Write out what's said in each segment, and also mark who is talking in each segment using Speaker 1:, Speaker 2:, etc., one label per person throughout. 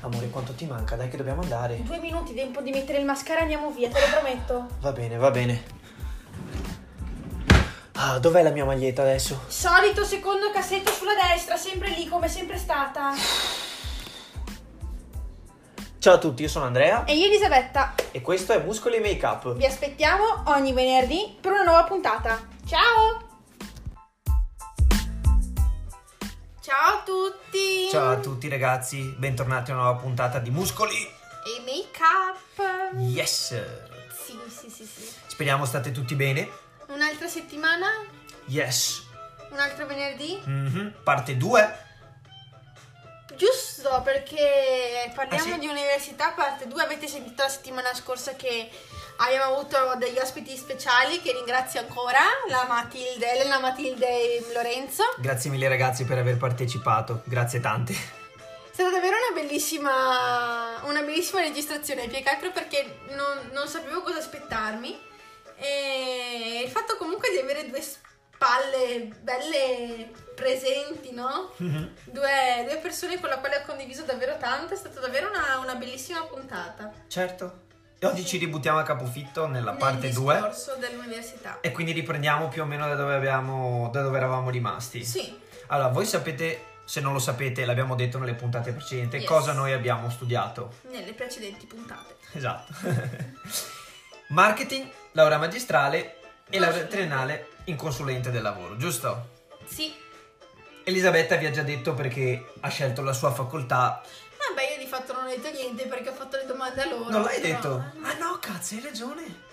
Speaker 1: Amore, quanto ti manca? Dai che dobbiamo andare.
Speaker 2: Due minuti, tempo di mettere il mascara, andiamo via, te lo prometto.
Speaker 1: Va bene, va bene. Ah, dov'è la mia maglietta adesso?
Speaker 2: Solito secondo cassetto sulla destra, sempre lì come sempre stata.
Speaker 1: Ciao a tutti, io sono Andrea
Speaker 2: E io Elisabetta,
Speaker 1: e questo è Muscoli Make Up.
Speaker 2: vi aspettiamo ogni venerdì per una nuova puntata. Ciao! Ciao a tutti!
Speaker 1: Ciao a tutti ragazzi, bentornati a una nuova puntata di Muscoli.
Speaker 2: E make up!
Speaker 1: Yes!
Speaker 2: Sì, sì, sì, sì.
Speaker 1: Speriamo state tutti bene.
Speaker 2: Un'altra settimana?
Speaker 1: Yes.
Speaker 2: Un altro venerdì?
Speaker 1: Mhm. Parte 2.
Speaker 2: Giusto, perché parliamo
Speaker 1: Ah, sì?
Speaker 2: di università parte 2. Avete sentito la settimana scorsa che abbiamo avuto degli ospiti speciali che ringrazio ancora, la Matilde, Elena Matilde e Lorenzo.
Speaker 1: Grazie mille ragazzi per aver partecipato. Grazie tante.
Speaker 2: È stata davvero una bellissima, una bellissima registrazione, più che altro perché non, non sapevo cosa aspettarmi. E il fatto comunque di avere due spalle belle presenti, no?
Speaker 1: Mhm.
Speaker 2: Due, due persone con le quali ho condiviso davvero tanto, è stata davvero una, una bellissima puntata.
Speaker 1: Certo. E oggi ci ributtiamo a capofitto nella parte
Speaker 2: Nel
Speaker 1: 2
Speaker 2: discorso dell'università.
Speaker 1: e quindi riprendiamo più o meno da dove, abbiamo, da dove eravamo rimasti.
Speaker 2: Sì,
Speaker 1: Allora, voi sapete, se non lo sapete, l'abbiamo detto nelle puntate precedenti,
Speaker 2: Yes.
Speaker 1: cosa noi abbiamo studiato.
Speaker 2: nelle precedenti puntate.
Speaker 1: Esatto. Marketing, laurea magistrale e laurea
Speaker 2: Consulente.
Speaker 1: triennale in consulente del lavoro, giusto?
Speaker 2: Sì,
Speaker 1: Elisabetta vi ha già detto perché ha scelto la sua facoltà.
Speaker 2: vabbè io di fatto non ho detto niente perché ho fatto le domande a loro.
Speaker 1: Non l'hai
Speaker 2: però-
Speaker 1: detto?
Speaker 2: Eh, no.
Speaker 1: Ah no, cazzo, hai ragione.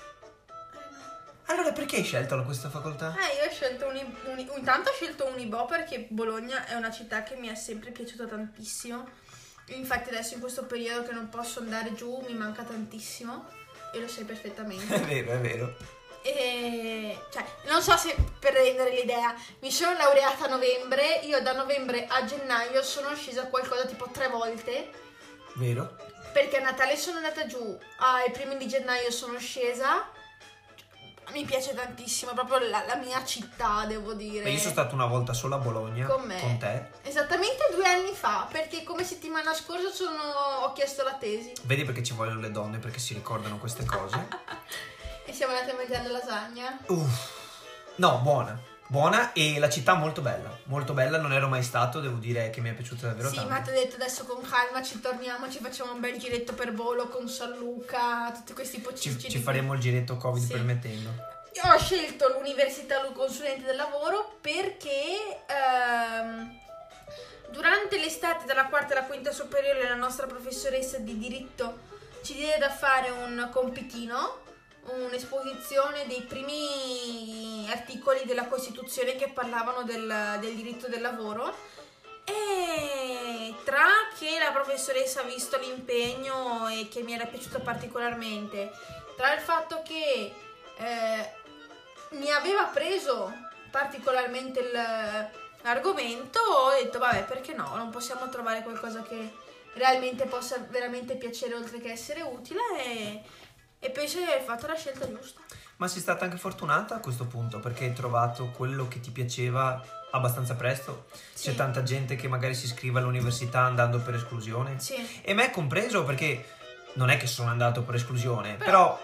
Speaker 1: Allora perché hai scelto la- questa facoltà?
Speaker 2: Eh, io ho scelto Uni- Uni- intanto ho scelto Unibo perché Bologna è una città che mi è sempre piaciuta tantissimo. Infatti adesso in questo periodo che non posso andare giù mi manca tantissimo e lo sai perfettamente.
Speaker 1: È vero, è vero.
Speaker 2: E, cioè, non so se per rendere l'idea, mi sono laureata a novembre, io da novembre a gennaio sono scesa qualcosa tipo tre volte,
Speaker 1: Vero?
Speaker 2: perché a Natale sono andata giù, ai primi di gennaio sono scesa, mi piace tantissimo, proprio la, la mia città, devo dire.
Speaker 1: Beh, io sono stato una volta solo a Bologna
Speaker 2: Eh. Con me.
Speaker 1: te.
Speaker 2: Esattamente due anni fa, perché come settimana scorsa sono- ho chiesto la tesi
Speaker 1: Vedi perché ci vogliono le donne, perché si ricordano queste cose.
Speaker 2: e siamo andate a mangiare la lasagna.
Speaker 1: Uff. No, buona. Buona e la città molto bella. Molto bella, non ero mai stato, devo dire che mi è piaciuta davvero
Speaker 2: sì, ma ti
Speaker 1: tanto.
Speaker 2: ho detto adesso con calma ci torniamo, ci facciamo un bel giretto per volo con San Luca, tutti questi
Speaker 1: Ci,
Speaker 2: pocicci.
Speaker 1: ci
Speaker 2: di-
Speaker 1: faremo il giretto Covid
Speaker 2: Sì.
Speaker 1: permettendo.
Speaker 2: Io ho scelto l'università Lu- consulente del lavoro perché ehm, durante l'estate dalla quarta alla quinta superiore la nostra professoressa di diritto ci diede da fare un compitino, un'esposizione dei primi articoli della Costituzione che parlavano del, del diritto del lavoro. E tra che la professoressa ha visto l'impegno e che mi era piaciuto particolarmente, tra il fatto che eh, mi aveva preso particolarmente il- l'argomento, ho detto vabbè perché no, non possiamo trovare qualcosa che realmente possa veramente piacere oltre che essere utile e, e penso di aver fatto la scelta giusta.
Speaker 1: Ma sei stata anche fortunata a questo punto, perché hai trovato quello che ti piaceva abbastanza presto. C'è
Speaker 2: Sì.
Speaker 1: tanta gente che magari si iscrive all'università andando per esclusione.
Speaker 2: Sì.
Speaker 1: E me compreso perché non è che sono andato per esclusione, però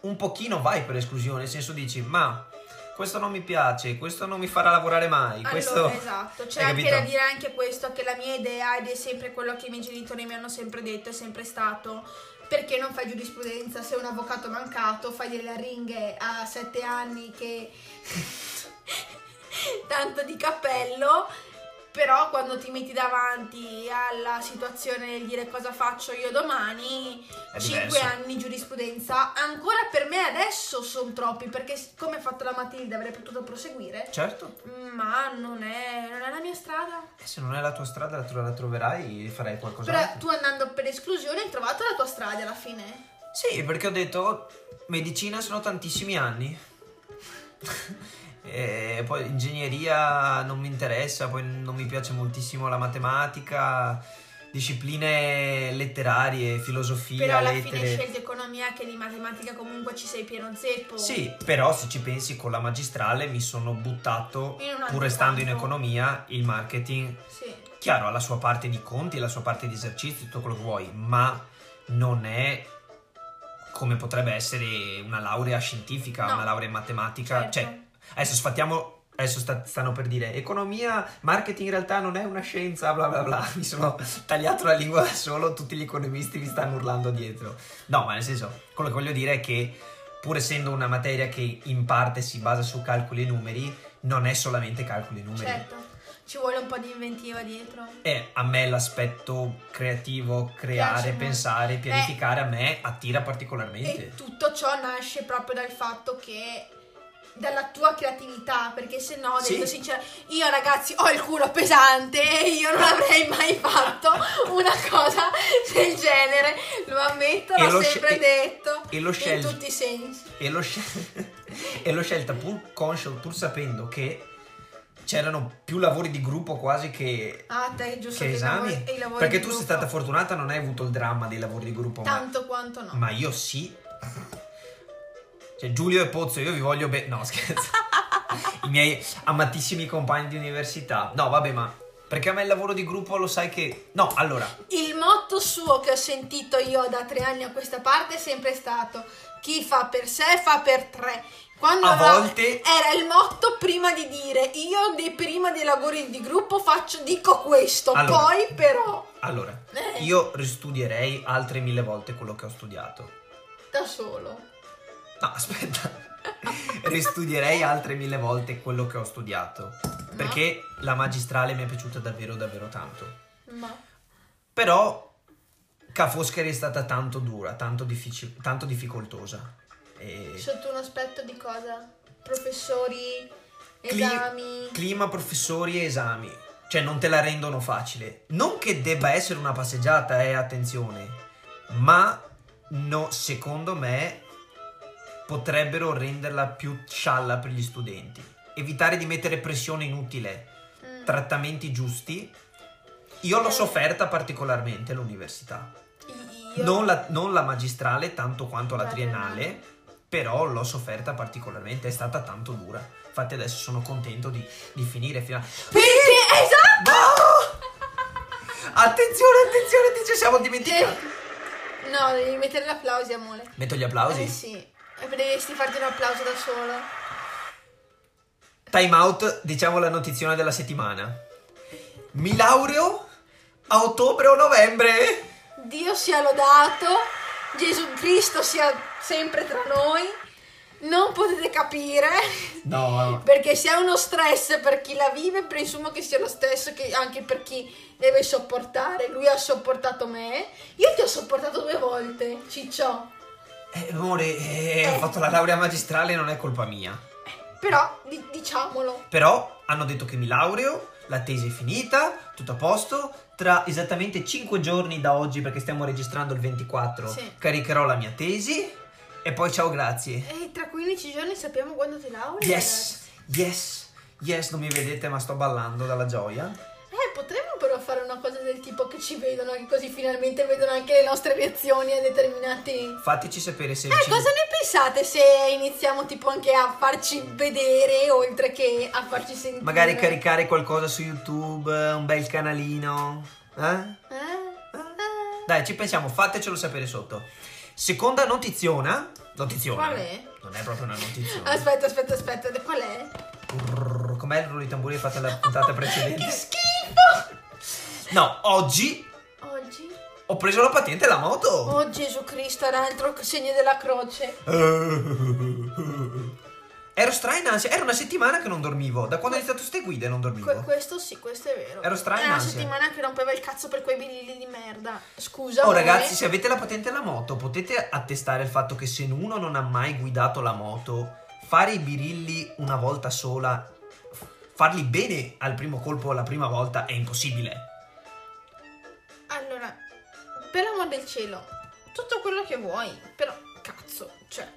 Speaker 1: un pochino vai per esclusione, nel senso dici ma questo non mi piace, questo non mi farà lavorare mai, questo...
Speaker 2: Allora, esatto, c'è
Speaker 1: Hai
Speaker 2: anche
Speaker 1: capito?
Speaker 2: da dire anche questo, che la mia idea ed è sempre quello che i miei genitori mi hanno sempre detto, è sempre stato perché non fai giurisprudenza, sei un avvocato mancato, fai delle ringhe a sette anni che tanto di cappello, però quando ti metti davanti alla situazione del dire cosa faccio io domani,
Speaker 1: È
Speaker 2: 5
Speaker 1: diverso.
Speaker 2: anni di giurisprudenza, ancora per me adesso sono troppi, perché come ha fatto la Matilda avrei potuto proseguire.
Speaker 1: Certo,
Speaker 2: Ma non è, non è la mia strada.
Speaker 1: e se non è la tua strada la, tro- la troverai e farai
Speaker 2: Però
Speaker 1: qualcos'altro.
Speaker 2: tu andando per esclusione hai trovato la tua strada alla fine.
Speaker 1: Sì, perché ho detto "Oh, medicina sono tantissimi anni. E poi ingegneria non mi interessa, poi non mi piace moltissimo la matematica, discipline letterarie, filosofia,
Speaker 2: Però alla
Speaker 1: lettere.
Speaker 2: fine hai scelto economia che di matematica comunque ci sei pieno zeppo.
Speaker 1: Sì, però se ci pensi con la magistrale mi sono buttato,
Speaker 2: In un altro
Speaker 1: pur restando in
Speaker 2: campo.
Speaker 1: economia, il marketing
Speaker 2: Sì.
Speaker 1: Chiaro, ha la sua parte di conti, la sua parte di esercizi, tutto quello che vuoi, ma non è come potrebbe essere una laurea scientifica,
Speaker 2: No.
Speaker 1: una laurea in matematica.
Speaker 2: Certo.
Speaker 1: Cioè, adesso sfattiamo. Adesso sta- stanno per dire economia, marketing in realtà non è una scienza, bla bla bla. Mi sono tagliato la lingua da solo, tutti gli economisti mi stanno urlando dietro. No, ma nel senso, quello che voglio dire è che pur essendo una materia che in parte si basa su calcoli e numeri, non è solamente calcoli e numeri.
Speaker 2: Certo, ci vuole un po' di inventiva dietro.
Speaker 1: E a me l'aspetto creativo, creare,
Speaker 2: Piace, no?
Speaker 1: pensare, pianificare, a me attira particolarmente.
Speaker 2: E tutto ciò nasce proprio dal fatto che dalla tua creatività, perché se no,
Speaker 1: Sì.
Speaker 2: detto sincero, io ragazzi ho il culo pesante e io non avrei mai fatto una cosa del genere, lo ammetto,
Speaker 1: E
Speaker 2: l'ho
Speaker 1: lo
Speaker 2: sempre
Speaker 1: scel-
Speaker 2: detto,
Speaker 1: e lo
Speaker 2: in
Speaker 1: scel-
Speaker 2: tutti i sensi.
Speaker 1: e l'ho, scel- e l'ho scelta pur conscio, pur sapendo che c'erano più lavori di gruppo quasi che,
Speaker 2: Ah, te giusto
Speaker 1: che
Speaker 2: i
Speaker 1: esami.
Speaker 2: lavori- i lavori
Speaker 1: Perché
Speaker 2: di
Speaker 1: tu sei
Speaker 2: gruppo.
Speaker 1: stata fortunata, non hai avuto il dramma dei lavori di gruppo, ma,
Speaker 2: tanto quanto no.
Speaker 1: ma io sì. Cioè, Giulio e Pozzo, io vi voglio bene. No, scherzo. I miei amatissimi compagni di università. No, vabbè, ma perché a me il lavoro di gruppo lo sai che. No, allora,
Speaker 2: Il motto suo che ho sentito io da tre anni a questa parte è sempre stato chi fa per sé fa per tre. Quando
Speaker 1: a
Speaker 2: aveva-
Speaker 1: volte.
Speaker 2: era il motto prima di dire io de- prima dei lavori di gruppo faccio dico questo,
Speaker 1: Allora.
Speaker 2: poi però
Speaker 1: Allora,
Speaker 2: eh,
Speaker 1: io ristudierei altre mille volte quello che ho studiato.
Speaker 2: da solo.
Speaker 1: No, aspetta. Ristudierei altre mille volte quello che ho studiato. Perché la magistrale mi è piaciuta davvero, davvero tanto.
Speaker 2: Ma
Speaker 1: Però Cafoscheri è stata tanto dura, tanto, diffici- tanto difficoltosa. E
Speaker 2: sotto un aspetto di cosa? Professori,
Speaker 1: Cli-
Speaker 2: esami.
Speaker 1: clima, professori e esami. Cioè, non te la rendono facile. Non che debba essere una passeggiata, eh, attenzione. Ma no, secondo me potrebbero renderla più scialla per gli studenti. Evitare di mettere pressione inutile.
Speaker 2: Mm.
Speaker 1: trattamenti giusti. Io l'ho
Speaker 2: Eh.
Speaker 1: sofferta particolarmente l'università.
Speaker 2: Io-
Speaker 1: Non la, non la magistrale tanto quanto la
Speaker 2: La
Speaker 1: triennale, però l'ho sofferta particolarmente, è stata tanto dura. Infatti adesso sono contento di, di finire fino a...
Speaker 2: Perché? Esatto!
Speaker 1: No! Attenzione, attenzione, ti ci siamo dimenticati.
Speaker 2: No, devi mettere l'applausi, amore.
Speaker 1: Metto gli applausi.
Speaker 2: Eh sì, e dovresti farti un applauso da solo.
Speaker 1: Time out, diciamo la notizia della settimana. Mi laureo a ottobre o novembre.
Speaker 2: Dio sia lodato, Gesù Cristo sia sempre tra noi. Non potete capire
Speaker 1: No,
Speaker 2: perché se è uno stress per chi la vive, presumo che sia lo stesso che anche per chi deve sopportare. Lui ha sopportato me. Io ti ho sopportato due volte, ciccio.
Speaker 1: Eh, amore, eh, ho fatto la laurea magistrale, non è colpa mia.
Speaker 2: Però di- diciamolo.
Speaker 1: Però hanno detto che mi laureo, la tesi è finita, tutto a posto. Tra esattamente 5 giorni da oggi, perché stiamo registrando il 24,
Speaker 2: Sì.
Speaker 1: caricherò la mia tesi. E poi ciao, grazie.
Speaker 2: E tra 15 giorni sappiamo quando ti laurei.
Speaker 1: Yes, yes, yes, non mi vedete, ma sto ballando dalla gioia.
Speaker 2: Eh, potremmo però fare una cosa del tipo che ci vedono, che così finalmente vedono anche le nostre reazioni a determinati...
Speaker 1: Fateci sapere se
Speaker 2: Eh,
Speaker 1: ci-
Speaker 2: cosa ne pensate se iniziamo tipo anche a farci vedere oltre che a farci sentire?
Speaker 1: magari caricare qualcosa su YouTube, un bel canalino. Eh?
Speaker 2: Eh? Eh?
Speaker 1: Dai, ci pensiamo, fatecelo sapere sotto. Seconda notiziona. Notiziona.
Speaker 2: Qual è?
Speaker 1: Non è proprio una notiziona.
Speaker 2: Aspetta, aspetta, aspetta, qual è?
Speaker 1: Prrr, Com'è il rullo di tamburi fatto nella puntata
Speaker 2: che
Speaker 1: precedente?
Speaker 2: schifo!
Speaker 1: No, oggi
Speaker 2: Oggi?
Speaker 1: ho preso la patente della moto.
Speaker 2: Oh Gesù Cristo, era un altro segno della croce.
Speaker 1: Ero stra in ansia. Era una settimana che non dormivo. Da quando ho iniziato ste guide non
Speaker 2: Que-
Speaker 1: dormivo.
Speaker 2: questo sì, questo è vero.
Speaker 1: Ero stra in
Speaker 2: Era una
Speaker 1: ansia.
Speaker 2: settimana che rompeva il cazzo per quei birilli di merda. Scusa. eh.
Speaker 1: Oh
Speaker 2: amore.
Speaker 1: ragazzi, se avete la patente della moto potete attestare il fatto che se uno non ha mai guidato la moto, fare i birilli una volta sola, farli bene al primo colpo la prima volta è impossibile.
Speaker 2: Allora, per l'amor del cielo, tutto quello che vuoi, però cazzo, cioè,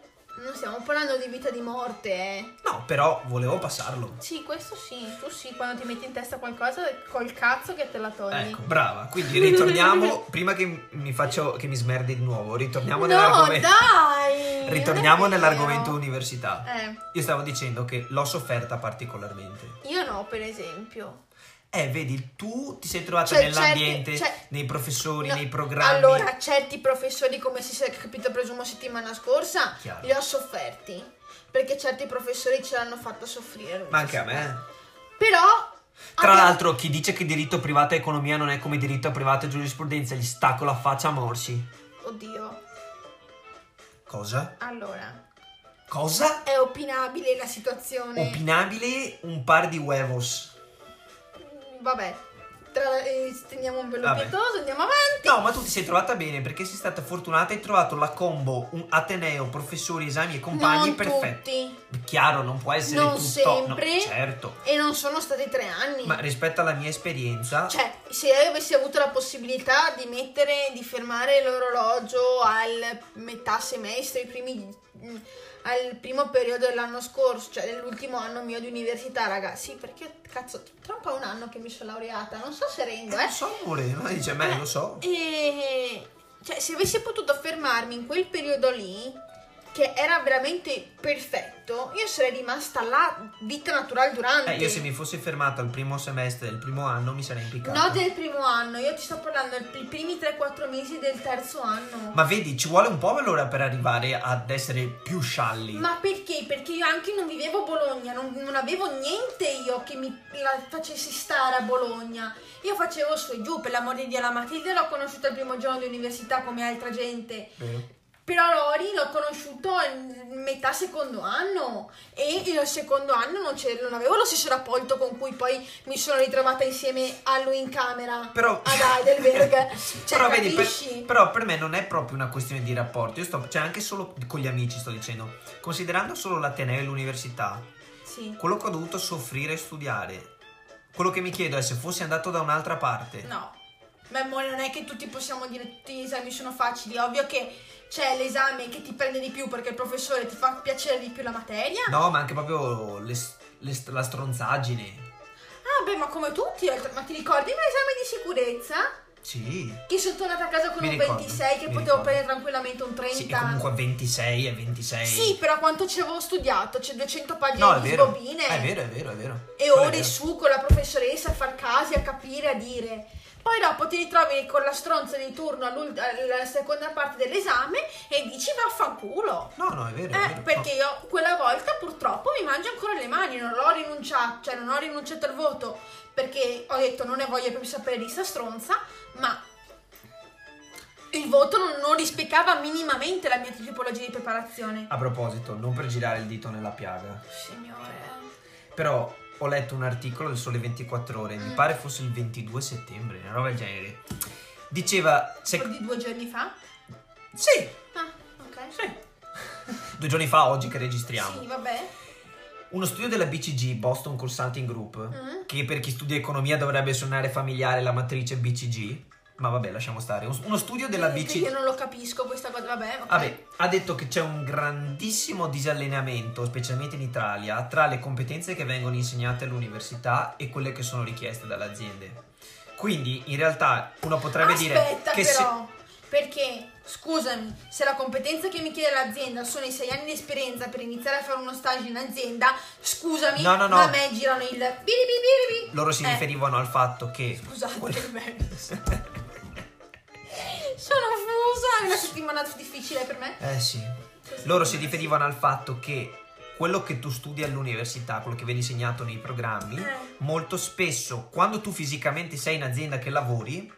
Speaker 2: non stiamo parlando di vita di morte, eh.
Speaker 1: No, però volevo passarlo.
Speaker 2: Sì, questo sì, tu sì, quando ti metti in testa qualcosa col cazzo che te la togli.
Speaker 1: Ecco, brava. Quindi ritorniamo, prima che mi faccio che mi smerdi di nuovo, ritorniamo
Speaker 2: no,
Speaker 1: nell'argomento.
Speaker 2: dai!
Speaker 1: Ritorniamo
Speaker 2: non è vero.
Speaker 1: nell'argomento università.
Speaker 2: Eh,
Speaker 1: Io stavo dicendo che l'ho sofferta particolarmente.
Speaker 2: io no, per esempio.
Speaker 1: Eh, vedi, tu ti sei trovato
Speaker 2: Cioè,
Speaker 1: nell'ambiente,
Speaker 2: certi- cioè-
Speaker 1: nei professori,
Speaker 2: No,
Speaker 1: nei programmi.
Speaker 2: Allora, certi professori, come si è capito presumo settimana scorsa,
Speaker 1: Chiaro.
Speaker 2: li ho sofferti. Perché certi professori ce l'hanno fatta soffrire.
Speaker 1: Ma anche a me.
Speaker 2: Però...
Speaker 1: Tra
Speaker 2: abbiamo-
Speaker 1: l'altro, chi dice che diritto privato e economia non è come diritto privato e giurisprudenza, gli stacco la faccia a morsi.
Speaker 2: Oddio.
Speaker 1: Cosa?
Speaker 2: Allora,
Speaker 1: Cosa?
Speaker 2: è opinabile la situazione.
Speaker 1: Opinabile un par di huevos.
Speaker 2: Mm, Vabbè, tra, eh, teniamo un velo
Speaker 1: Vabbè.
Speaker 2: pietoso, andiamo avanti.
Speaker 1: No, ma tu ti sei trovata bene perché sei stata fortunata e hai trovato la combo un Ateneo, professori, esami e compagni
Speaker 2: non
Speaker 1: perfetto.
Speaker 2: tutti.
Speaker 1: Chiaro, non può essere
Speaker 2: Non
Speaker 1: tutto.
Speaker 2: sempre.
Speaker 1: No, certo.
Speaker 2: E non sono stati tre anni.
Speaker 1: Ma rispetto alla mia esperienza,
Speaker 2: Cioè, se io avessi avuto la possibilità di mettere, di fermare l'orologio al metà semestre, i primi- mm, al primo periodo dell'anno scorso, cioè dell'ultimo anno mio di università, raga, sì, perché cazzo, tra un po' è un anno che mi sono laureata, non so se rendo,
Speaker 1: non
Speaker 2: eh.
Speaker 1: so, amore, ma dice, beh, lo so.
Speaker 2: E cioè, se avessi potuto fermarmi in quel periodo lì, che era veramente perfetto, io sarei rimasta là, vita naturale durante.
Speaker 1: Eh, io se mi fossi fermato al primo semestre del primo anno mi sarei impiccata.
Speaker 2: No, del primo anno, io ti sto parlando dei primi 3-4 mesi del terzo anno.
Speaker 1: Ma vedi, ci vuole un po' allora per arrivare ad essere più scialli.
Speaker 2: Ma perché? Perché io anche non vivevo a Bologna, non, non avevo niente io che mi la facessi stare a Bologna. Io facevo su e giù, per l'amor di Dio, la Matilde l'ho conosciuta il primo giorno di università come altra gente.
Speaker 1: Vero?
Speaker 2: Però Rory l'ho conosciuto in metà secondo anno e il secondo anno non, c'è- non avevo lo stesso rapporto con cui poi mi sono ritrovata insieme a lui in camera
Speaker 1: Però...
Speaker 2: ad Heidelberg. Cioè,
Speaker 1: però, vedi, per,
Speaker 2: capisci?
Speaker 1: però per me non è proprio una questione di rapporto. Io sto, cioè anche solo con gli amici sto dicendo, considerando solo l'Ateneo e l'università,
Speaker 2: Sì.
Speaker 1: quello che ho dovuto soffrire e studiare, quello che mi chiedo è se fossi andato da un'altra parte.
Speaker 2: No. Ma mo, non è che tutti possiamo dire tutti gli esami sono facili, ovvio che c'è l'esame che ti prende di più perché il professore ti fa piacere di più la materia.
Speaker 1: No, ma anche proprio le s- le st- la stronzaggine.
Speaker 2: Ah beh, ma come tutti, oltre- ma ti ricordi l'esame di sicurezza?
Speaker 1: Sì.
Speaker 2: Che sono tornata a casa con
Speaker 1: Mi
Speaker 2: un
Speaker 1: ricordo,
Speaker 2: 26 che
Speaker 1: mi
Speaker 2: potevo
Speaker 1: ricordo.
Speaker 2: prendere tranquillamente un 30.
Speaker 1: Sì, e comunque 26 e 26.
Speaker 2: Sì, però quanto ci avevo studiato, c'è 200 pagine
Speaker 1: No, è
Speaker 2: di
Speaker 1: vero. Ah,
Speaker 2: sbobine
Speaker 1: È vero, è vero, è vero.
Speaker 2: e
Speaker 1: Quello è
Speaker 2: ore
Speaker 1: vero.
Speaker 2: su con la professoressa a far casi, a capire, a dire. Poi dopo ti ritrovi con la stronza di turno all'ult- alla seconda parte dell'esame e dici vaffanculo.
Speaker 1: No, no, è vero. è
Speaker 2: Eh,
Speaker 1: vero.
Speaker 2: perché io quella volta purtroppo mi mangio ancora le mani, non l'ho rinunciato, cioè non ho rinunciato al voto perché ho detto non ne voglio più sapere di sta stronza, ma il voto non, non rispecchiava minimamente la mia tipologia di preparazione.
Speaker 1: A proposito, non per girare il dito nella piaga,
Speaker 2: Signore.
Speaker 1: però ho letto un articolo del Sole 24 Ore, mi
Speaker 2: Mm.
Speaker 1: pare fosse il 22 settembre, una roba del genere. Diceva...
Speaker 2: Quello
Speaker 1: se-
Speaker 2: di due giorni fa?
Speaker 1: Sì,
Speaker 2: Ah, ok.
Speaker 1: sì. Due giorni fa, oggi che registriamo.
Speaker 2: Sì, vabbè.
Speaker 1: Uno studio della BCG, Boston Consulting Group,
Speaker 2: Mm.
Speaker 1: che per chi studia economia dovrebbe suonare familiare la matrice BCG, ma vabbè, lasciamo stare. Un- Uno studio della
Speaker 2: Che- che
Speaker 1: BCG...
Speaker 2: Io non lo capisco questa cosa, vabbè. ok.
Speaker 1: Vabbè, ha detto che c'è un grandissimo disallineamento, specialmente in Italia, tra le competenze che vengono insegnate all'università e quelle che sono richieste dalle aziende. Quindi, in realtà, uno potrebbe dire
Speaker 2: Aspetta
Speaker 1: che se-
Speaker 2: però, perché scusami, se la competenza che mi chiede l'azienda sono i sei anni di esperienza per iniziare a fare uno stage in azienda, scusami,
Speaker 1: No, no, no.
Speaker 2: ma a me girano il biri biri biri.
Speaker 1: loro si
Speaker 2: Eh,
Speaker 1: riferivano al fatto che
Speaker 2: Scusate,
Speaker 1: quelle-
Speaker 2: me. sono fusa, è una settimana difficile per me.
Speaker 1: Eh sì. Loro si riferivano al fatto che quello che tu studi all'università, quello che viene insegnato nei programmi,
Speaker 2: Eh.
Speaker 1: molto spesso quando tu fisicamente sei in azienda che lavori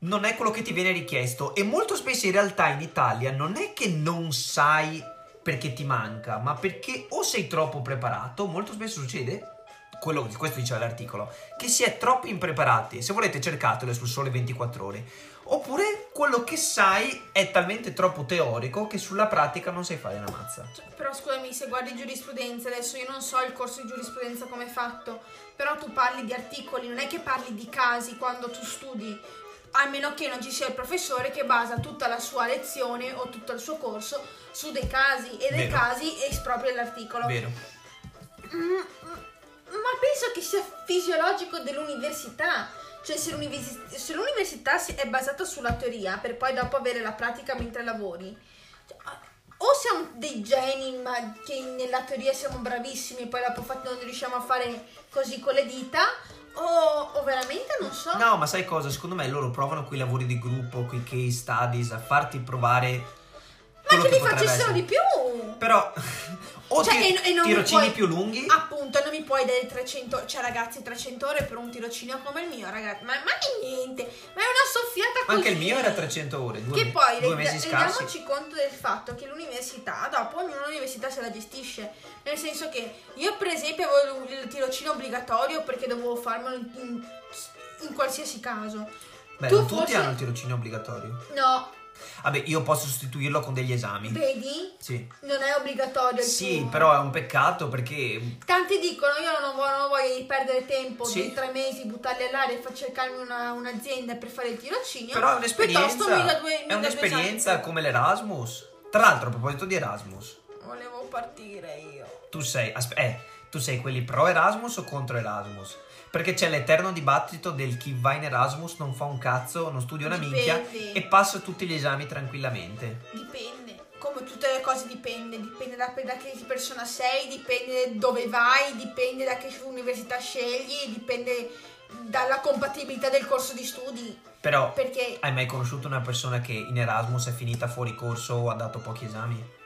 Speaker 1: non è quello che ti viene richiesto e molto spesso in realtà in Italia non è che non sai perché ti manca, ma perché o sei troppo preparato, molto spesso succede quello, questo diceva l'articolo, che si è troppo impreparati. Se volete cercatele sul sole 24 ore. Oppure quello che sai è talmente troppo teorico che sulla pratica non sai fare una mazza.
Speaker 2: Cioè, Però scusami, se guardi giurisprudenza, adesso io non so il corso di giurisprudenza come è fatto, però tu parli di articoli, non è che parli di casi quando tu studi, a meno che non ci sia il professore che basa tutta la sua lezione o tutto il suo corso su dei casi e dei
Speaker 1: Vero.
Speaker 2: casi espropria l'articolo.
Speaker 1: Vero.
Speaker 2: Mm, mm, ma penso che sia fisiologico dell'università. Cioè, se, l'universi- se l'università si- è basata sulla teoria per poi dopo avere la pratica mentre lavori, cioè, o siamo dei geni, ma che nella teoria siamo bravissimi e poi dopo fatti non riusciamo a fare così con le dita, O, o veramente non so.
Speaker 1: No, ma sai cosa? Secondo me loro provano quei lavori di gruppo, quei case studies, a farti provare.
Speaker 2: Ma
Speaker 1: quello
Speaker 2: che li
Speaker 1: potrebbe
Speaker 2: facessero
Speaker 1: essere.
Speaker 2: di più.
Speaker 1: Però. o
Speaker 2: Cioè,
Speaker 1: ti-
Speaker 2: e no- e non mi
Speaker 1: tirocini
Speaker 2: puoi- Ah,
Speaker 1: più lunghi.
Speaker 2: Appunto, non mi puoi dare 300, cioè ragazzi 300 ore per un tirocinio come il mio, ragazzi, ma, ma è niente, ma è una soffiata
Speaker 1: Ma
Speaker 2: così.
Speaker 1: Anche il mio era 300 ore, due,
Speaker 2: Che
Speaker 1: me-
Speaker 2: poi
Speaker 1: due
Speaker 2: renda-
Speaker 1: mesi scarsi.
Speaker 2: rendiamoci conto del fatto che l'università, dopo ognuna l'università se la gestisce, nel senso che io per esempio avevo il- il tirocinio obbligatorio perché dovevo farmelo in, in- in qualsiasi caso.
Speaker 1: Beh,
Speaker 2: tu
Speaker 1: non tutti
Speaker 2: forse-
Speaker 1: hanno il tirocinio obbligatorio.
Speaker 2: No,
Speaker 1: Vabbè, io posso sostituirlo con degli esami.
Speaker 2: vedi?
Speaker 1: Sì.
Speaker 2: Non è obbligatorio il
Speaker 1: Sì,
Speaker 2: tuo.
Speaker 1: però è un peccato perché.
Speaker 2: Tanti dicono io non voglio, non voglio di perdere tempo
Speaker 1: Sì.
Speaker 2: di tre mesi, buttarli all'aria e far cercarmi una- un'azienda per fare il tirocinio.
Speaker 1: Però è un'esperienza.
Speaker 2: Piuttosto mi da due- mi
Speaker 1: è
Speaker 2: da due
Speaker 1: un'esperienza
Speaker 2: esami.
Speaker 1: come l'Erasmus. Tra l'altro, a proposito di Erasmus,
Speaker 2: Volevo partire io.
Speaker 1: tu sei. aspe- eh, tu sei quelli pro Erasmus o contro Erasmus? Perché c'è l'eterno dibattito del chi va in Erasmus non fa un cazzo, non studia una minchia
Speaker 2: Dipende.
Speaker 1: e passa tutti gli esami tranquillamente.
Speaker 2: Dipende. Come tutte le cose dipende. Dipende da, da che persona sei, dipende dove vai, dipende da che università scegli, dipende dalla compatibilità del corso di studi.
Speaker 1: Però
Speaker 2: Perché
Speaker 1: hai mai conosciuto una persona che in Erasmus è finita fuori corso o ha dato pochi esami?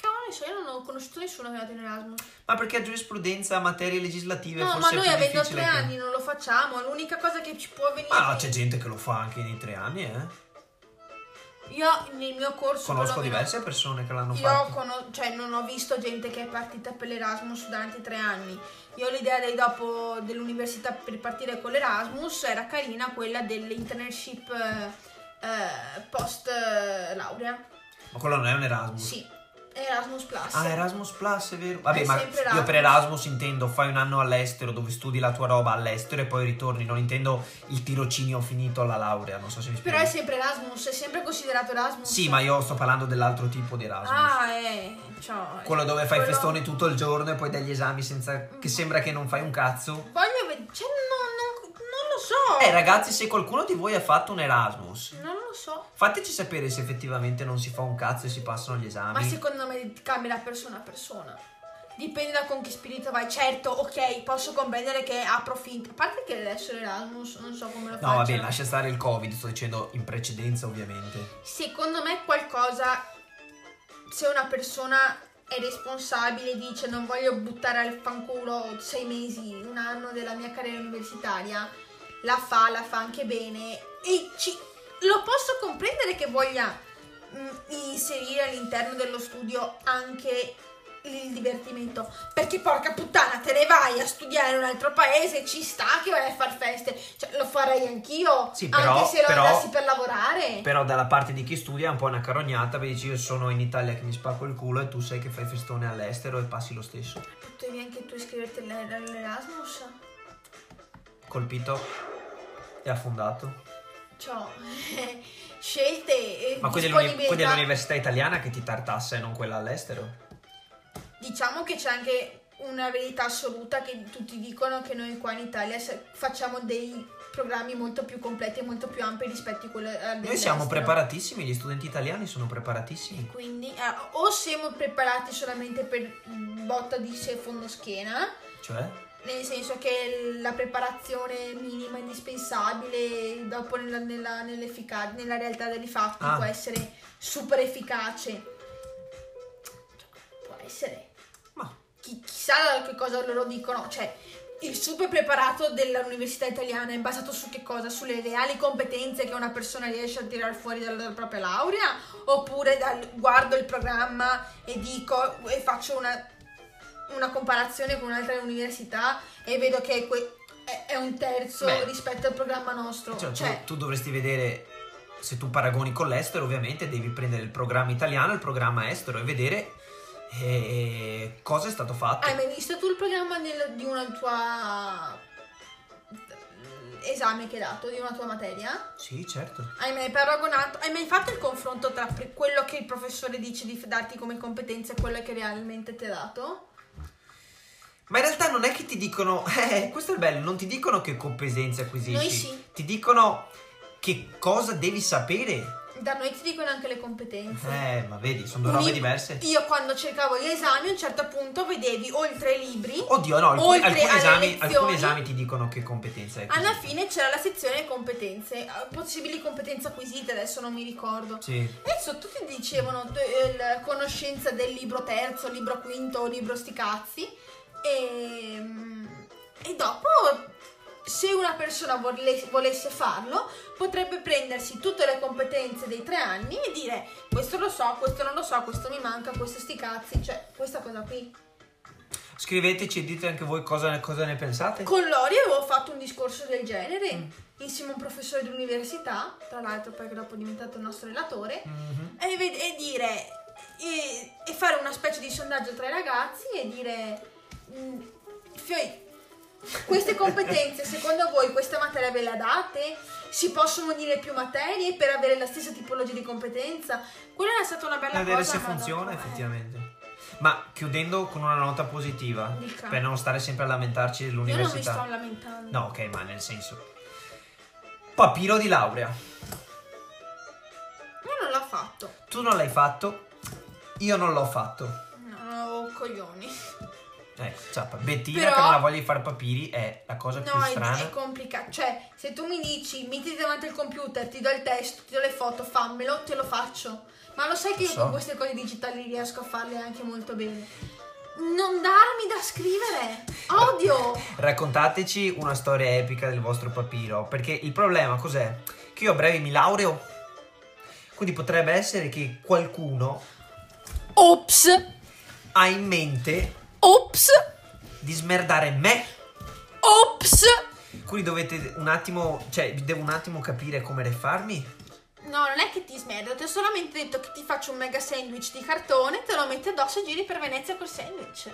Speaker 2: cavolo ne so, io non ho conosciuto nessuno che è andato in Erasmus.
Speaker 1: Ma perché a giurisprudenza, materie legislative
Speaker 2: No, ma
Speaker 1: forse è
Speaker 2: noi
Speaker 1: più
Speaker 2: avendo
Speaker 1: difficile
Speaker 2: tre
Speaker 1: che-
Speaker 2: anni non lo facciamo. L'unica cosa che ci può venire.
Speaker 1: Ma no, c'è gente che lo fa anche nei tre anni, eh.
Speaker 2: Io nel mio corso
Speaker 1: Conosco
Speaker 2: perlomeno,
Speaker 1: diverse persone che l'hanno
Speaker 2: Io
Speaker 1: fatto.
Speaker 2: cono- cioè, non ho visto gente che è partita per l'Erasmus durante i tre anni. Io ho l'idea dei dopo dell'università per partire con l'Erasmus era carina quella dell'internship eh, eh, post eh, laurea.
Speaker 1: Ma quello non è un Erasmus.
Speaker 2: Sì, Erasmus Plus.
Speaker 1: Ah, Erasmus Plus, è vero. Vabbè, ma
Speaker 2: sempre
Speaker 1: io per
Speaker 2: Erasmus.
Speaker 1: Erasmus intendo fai un anno all'estero dove studi la tua roba all'estero e poi ritorni. Non intendo il tirocinio finito alla laurea, non so se mi spiego.
Speaker 2: Però è sempre Erasmus, è sempre considerato Erasmus.
Speaker 1: Sì, ma io sto parlando dell'altro tipo di Erasmus.
Speaker 2: Ah, eh, cioè,
Speaker 1: quello dove fai
Speaker 2: quello- Mm.
Speaker 1: festoni tutto il giorno e poi dai gli esami senza che sembra che non fai un cazzo.
Speaker 2: Voglio vedere, cioè, no, non, non lo so.
Speaker 1: Eh ragazzi, se qualcuno di voi ha fatto un Erasmus,
Speaker 2: Non lo so.
Speaker 1: fateci sapere se effettivamente non si fa un cazzo e si passano gli esami.
Speaker 2: Ma secondo me cambia da persona a persona. Dipende da con che spirito vai. Certo, ok, posso comprendere che apro finta. A parte che adesso l'Erasmus non so come lo
Speaker 1: No,
Speaker 2: faccio.
Speaker 1: vabbè, lascia stare il Covid, sto dicendo in precedenza ovviamente.
Speaker 2: Secondo me qualcosa se una persona è responsabile e dice non voglio buttare al fanculo sei mesi, un anno della mia carriera universitaria, la fa, la fa anche bene e ci- lo posso comprendere che voglia mm, inserire all'interno dello studio anche il divertimento perché porca puttana te ne vai a studiare in un altro paese ci sta che vai a far feste cioè lo farei anch'io
Speaker 1: Sì, però-
Speaker 2: anche se lo
Speaker 1: però-
Speaker 2: andassi per lavorare
Speaker 1: Però dalla parte di chi studia è un po' una carognata, perché dici io sono in Italia che mi spacco il culo e tu sei che fai festone all'estero e passi lo stesso.
Speaker 2: Potevi anche tu iscriverti all'E- all'Erasmus?
Speaker 1: Colpito e affondato.
Speaker 2: Cioè, scelte e
Speaker 1: Ma quindi è l'uni-
Speaker 2: disponibilità.
Speaker 1: quindi è l'università italiana che ti tartassa e non quella all'estero?
Speaker 2: Diciamo che c'è anche una verità assoluta che tutti dicono che noi qua in Italia se- facciamo dei programmi molto più completi e molto più ampi rispetto a quelli
Speaker 1: Noi siamo preparatissimi, gli studenti italiani sono preparatissimi.
Speaker 2: Quindi eh, o siamo preparati solamente per botta di se fondo schiena,
Speaker 1: Cioè?
Speaker 2: nel senso che la preparazione minima indispensabile dopo nella, nella- nell'effica- nella realtà dei fatti
Speaker 1: Ah.
Speaker 2: può essere super efficace Cioè, può essere
Speaker 1: Ma
Speaker 2: Chi- chissà che cosa loro dicono cioè il super preparato dell'università italiana è basato su che cosa? Sulle reali competenze che una persona riesce a tirar fuori dalla, dalla propria laurea? Oppure dal- guardo il programma e dico e faccio una, una comparazione con un'altra università e vedo che que- è, è un terzo
Speaker 1: Beh.
Speaker 2: rispetto al programma nostro.
Speaker 1: Cioè, tu-
Speaker 2: Cioè,
Speaker 1: tu, dovresti vedere se tu paragoni con l'estero, ovviamente devi prendere il programma italiano e il programma estero e vedere eh, cosa è stato fatto.
Speaker 2: hai mai visto tu il programma del- di una tua mm, esame che hai dato, di una tua materia?
Speaker 1: Sì, certo.
Speaker 2: Hai mai paragonato, hai mai fatto il confronto tra pre- quello che il professore dice di f- darti come competenza e quello che realmente ti ha dato?
Speaker 1: Ma in realtà non è che ti dicono, eh, questo è il bello, non ti dicono che competenze acquisisci.
Speaker 2: Noi sì.
Speaker 1: Ti dicono che cosa devi sapere
Speaker 2: Da noi ti dicono anche le competenze.
Speaker 1: Eh, ma vedi, sono due robe
Speaker 2: Uni-
Speaker 1: diverse.
Speaker 2: Io quando cercavo gli esami a un certo punto vedevi oltre ai libri,
Speaker 1: Oddio, no, alcuni,
Speaker 2: Oltre
Speaker 1: alcuni
Speaker 2: alle
Speaker 1: esami,
Speaker 2: lezioni-
Speaker 1: alcuni esami ti dicono che competenza è
Speaker 2: alla fine c'era la sezione competenze, eh, possibili competenze acquisite, adesso non mi ricordo.
Speaker 1: Sì.
Speaker 2: E sotto ti dicevano eh, il- conoscenza del libro terzo, libro quinto, libro sti cazzi. E, e dopo, se una persona vole- volesse farlo, potrebbe prendersi tutte le competenze dei tre anni e dire questo lo so, questo non lo so, questo mi manca, questo sti cazzi, cioè questa cosa qui.
Speaker 1: Scriveteci e dite anche voi cosa, cosa ne pensate.
Speaker 2: Con Lori avevo fatto un discorso del genere insieme a un professore dell'università, tra l'altro poi che dopo è diventato il nostro relatore.
Speaker 1: Mhm.
Speaker 2: e, ved- e dire e, e fare una specie di sondaggio tra i ragazzi e dire mm, "Fioi, queste competenze secondo voi questa materia ve la date? Si possono unire più materie per avere la stessa tipologia di competenza? Quella era stata una bella
Speaker 1: Per vedere
Speaker 2: cosa.
Speaker 1: se
Speaker 2: ma
Speaker 1: funziona
Speaker 2: dopo, eh,
Speaker 1: effettivamente. Ma chiudendo con una nota positiva,
Speaker 2: Dica.
Speaker 1: per non stare sempre a lamentarci
Speaker 2: Io non mi
Speaker 1: dell'università.
Speaker 2: sto lamentando.
Speaker 1: No, ok, ma nel senso. Papiro di laurea.
Speaker 2: Io non l'ho fatto.
Speaker 1: Tu non l'hai fatto, io non l'ho fatto.
Speaker 2: No, ho coglioni.
Speaker 1: Ecco, ciappa. Bettina
Speaker 2: Però-
Speaker 1: che non la voglia di fare papiri è la cosa più
Speaker 2: No, è,
Speaker 1: strana.
Speaker 2: è complicato. Cioè, se tu mi dici, mettiti davanti al computer, ti do il testo, ti do le foto, fammelo, te lo faccio. Ma lo sai che
Speaker 1: Lo
Speaker 2: io
Speaker 1: so.
Speaker 2: con queste cose digitali riesco a farle anche molto bene. Non darmi da scrivere! Odio!
Speaker 1: Raccontateci una storia epica del vostro papiro, perché il problema cos'è? Che io a breve mi laureo. Quindi potrebbe essere che qualcuno
Speaker 2: Ops!
Speaker 1: ha in mente
Speaker 2: Ops!
Speaker 1: di smerdare me.
Speaker 2: Ops!
Speaker 1: Quindi dovete un attimo, cioè devo un attimo capire come refarmi.
Speaker 2: No, non è che ti smerdo, ti ho solamente detto che ti faccio un mega sandwich di cartone, te lo metti addosso e giri per Venezia col sandwich.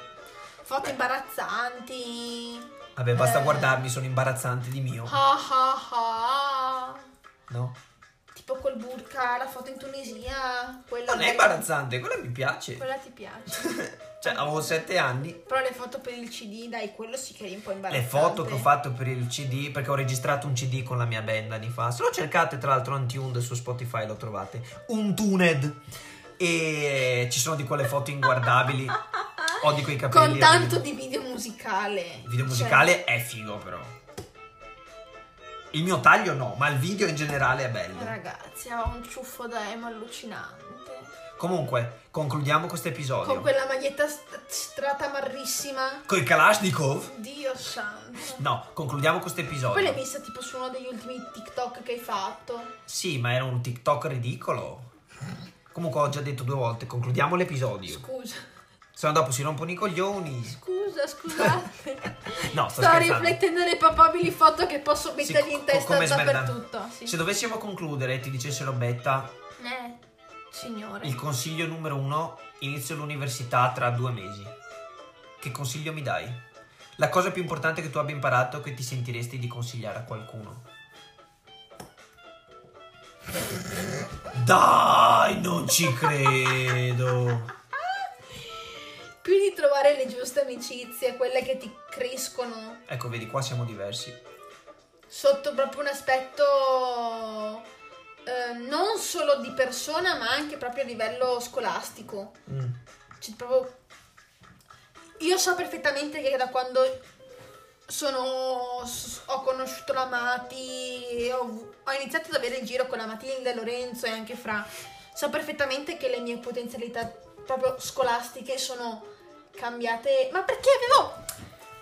Speaker 2: Foto imbarazzanti.
Speaker 1: Vabbè, basta
Speaker 2: Eh.
Speaker 1: guardarmi, sono imbarazzante di mio.
Speaker 2: Ah ah ah.
Speaker 1: No?
Speaker 2: Tipo col burka, la foto in Tunisia, quella
Speaker 1: Non è imbarazzante, quella mi piace.
Speaker 2: Quella ti piace.
Speaker 1: Cioè, avevo sette anni.
Speaker 2: Però le foto per il CD, dai, quello sì che è un po'
Speaker 1: Le
Speaker 2: imbarazzante.
Speaker 1: foto che ho fatto per il CD, perché ho registrato un CD con la mia band anni fa. Se lo cercate, tra l'altro, Untuned su Spotify lo trovate. Untuned. E ci sono di quelle foto inguardabili. Ho di quei capelli.
Speaker 2: Con tanto di video musicale.
Speaker 1: Il video
Speaker 2: Cioè,
Speaker 1: musicale è figo, però. Il mio taglio no, ma il video in generale è bello.
Speaker 2: ragazzi, aveva un ciuffo da emo allucinante.
Speaker 1: Comunque, concludiamo questo
Speaker 2: Con
Speaker 1: episodio.
Speaker 2: quella maglietta st- stratamarrissima.
Speaker 1: Con il Kalashnikov?
Speaker 2: Dio santo.
Speaker 1: No, concludiamo questo
Speaker 2: Poi l'hai
Speaker 1: episodio.
Speaker 2: messa tipo su uno degli ultimi TikTok che hai fatto.
Speaker 1: Sì, ma era un TikTok ridicolo. Comunque ho già detto due volte, concludiamo l'episodio.
Speaker 2: Scusa,
Speaker 1: Se no dopo si rompono i coglioni.
Speaker 2: scusa, scusate.
Speaker 1: No, sto,
Speaker 2: Sto,
Speaker 1: scherzando.
Speaker 2: riflettendo le probabili foto che posso
Speaker 1: Sì,
Speaker 2: mettergli
Speaker 1: co-
Speaker 2: in testa
Speaker 1: come smerda-
Speaker 2: dappertutto. Sì.
Speaker 1: Se dovessimo concludere e ti dicessero Betta,
Speaker 2: Eh, signore.
Speaker 1: il consiglio numero uno, inizio l'università tra due mesi. Che consiglio mi dai? La cosa più importante che tu abbia imparato che ti sentiresti di consigliare a qualcuno. Dai, non ci credo.
Speaker 2: Più di trovare le giuste amicizie, quelle che ti crescono
Speaker 1: Ecco, vedi, qua siamo diversi.
Speaker 2: sotto proprio un aspetto eh, non solo di persona, ma anche proprio a livello scolastico.
Speaker 1: Mm.
Speaker 2: Cioè, proprio- Io so perfettamente che da quando sono, s- ho conosciuto la Mati, e ho, ho iniziato ad avere il giro con la Matilde, Lorenzo e anche Fra, so perfettamente che le mie potenzialità proprio scolastiche sono cambiate, ma perché avevo...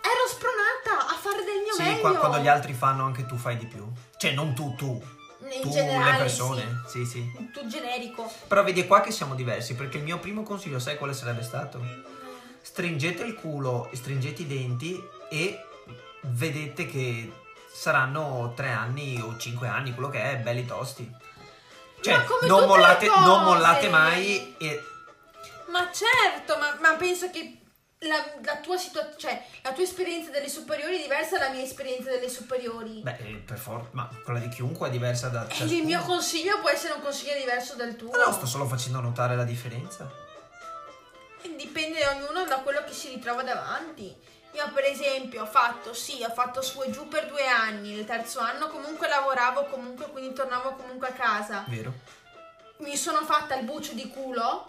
Speaker 2: ero spronata a fare del mio
Speaker 1: Sì,
Speaker 2: meglio.
Speaker 1: qua- quando gli altri fanno anche tu fai di più. Cioè, non tu, tu.
Speaker 2: in
Speaker 1: tu,
Speaker 2: generale,
Speaker 1: le persone. Sì. sì,
Speaker 2: sì. Tu generico.
Speaker 1: Però vedi è qua che siamo diversi, perché il mio primo consiglio, sai quale sarebbe stato? Stringete il culo, stringete i denti e vedete che saranno tre anni o cinque anni, quello che è, belli tosti. Cioè,
Speaker 2: Ma come
Speaker 1: non
Speaker 2: tutte le
Speaker 1: mollate, non
Speaker 2: cose!
Speaker 1: mollate mai e...
Speaker 2: Ma certo, ma, ma penso che la, la tua situazione, cioè la tua esperienza delle superiori è diversa dalla mia esperienza delle superiori.
Speaker 1: Beh, eh, per forza, ma quella di chiunque è diversa da...
Speaker 2: E
Speaker 1: ciascuno.
Speaker 2: il mio consiglio può essere un consiglio diverso dal tuo.
Speaker 1: Ma Cioè, No, sto solo facendo notare la differenza.
Speaker 2: Dipende ognuno da quello che si ritrova davanti. Io per esempio ho fatto, sì, ho fatto su e giù per due anni, il terzo anno comunque lavoravo comunque, quindi tornavo comunque a casa.
Speaker 1: Vero?
Speaker 2: mi sono fatta il bucio di culo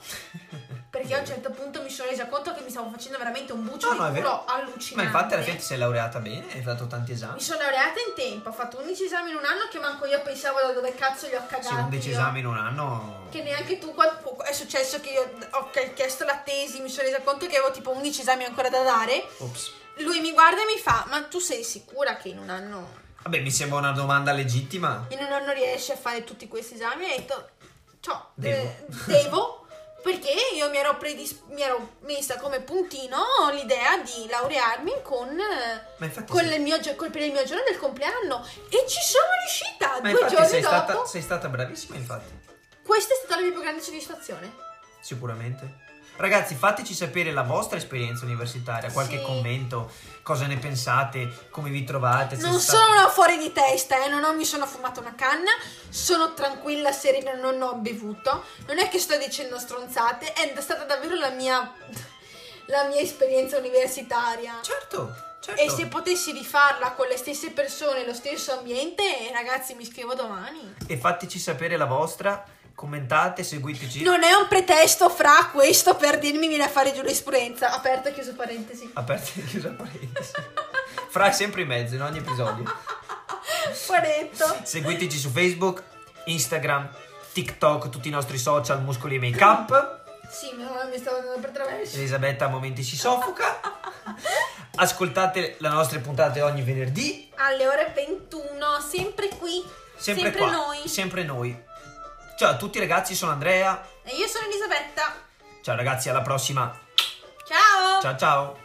Speaker 2: perché a un certo punto mi sono resa conto che mi stavo facendo veramente un bucio
Speaker 1: No, no,
Speaker 2: di
Speaker 1: è vero.
Speaker 2: culo allucinante.
Speaker 1: Ma infatti alla fine ti sei laureata bene, hai fatto tanti esami.
Speaker 2: Mi sono laureata in tempo, ho fatto 11 esami in un anno che manco io pensavo da dove cazzo li ho cagati.
Speaker 1: Sì, 11
Speaker 2: io.
Speaker 1: esami in un anno.
Speaker 2: Che neanche tu, quando è successo che io ho ch- chiesto la tesi, mi sono resa conto che avevo tipo 11 esami ancora da dare.
Speaker 1: Ops.
Speaker 2: Lui mi guarda e mi fa, ma tu sei sicura che in un anno,
Speaker 1: Vabbè, mi sembra una domanda legittima.
Speaker 2: in un anno riesci a fare tutti questi esami? E ho detto, ciao,
Speaker 1: Devo."
Speaker 2: eh, devo, perché io mi ero, predis- mi ero messa come puntino l'idea di laurearmi con... eh,
Speaker 1: Ma infatti
Speaker 2: con
Speaker 1: sì.
Speaker 2: il mio gio- col- per il mio giorno del compleanno e ci sono riuscita
Speaker 1: Ma
Speaker 2: due
Speaker 1: infatti
Speaker 2: giorni
Speaker 1: sei
Speaker 2: dopo.
Speaker 1: stata, sei stata bravissima, infatti.
Speaker 2: Questa è stata la mia più grande soddisfazione.
Speaker 1: Eh, Sicuramente. Ragazzi, fateci sapere la vostra esperienza universitaria, qualche
Speaker 2: Sì.
Speaker 1: commento, cosa ne pensate, come vi trovate. se
Speaker 2: non
Speaker 1: state-
Speaker 2: sono fuori di testa, eh, non ho- mi sono fumata una canna, sono tranquilla, serena, non ho bevuto. Non è che sto dicendo stronzate, è stata davvero la mia, la mia esperienza universitaria.
Speaker 1: Certo, certo.
Speaker 2: E se potessi rifarla con le stesse persone, lo stesso ambiente, eh, ragazzi, mi scrivo domani.
Speaker 1: E fateci sapere la vostra, commentate, seguiteci.
Speaker 2: Non è un pretesto fra questo per dirmi vieni a fare giurisprudenza. Aperta e chiuso parentesi.
Speaker 1: Aperta e chiusa parentesi. Fra è sempre in mezzo in ogni episodio.
Speaker 2: Quaretto.
Speaker 1: Seguiteci su Facebook, Instagram, TikTok, tutti i nostri social, muscoli e make up.
Speaker 2: Sì, mi mi stavo andando per traverso.
Speaker 1: Elisabetta a momenti si soffoca. Ascoltate le nostre puntate ogni venerdì.
Speaker 2: alle ore 21, sempre qui,
Speaker 1: Sempre, qua,
Speaker 2: noi.
Speaker 1: Sempre noi. Ciao a tutti ragazzi, sono Andrea.
Speaker 2: E io sono Elisabetta.
Speaker 1: Ciao ragazzi, alla prossima.
Speaker 2: Ciao!
Speaker 1: Ciao ciao.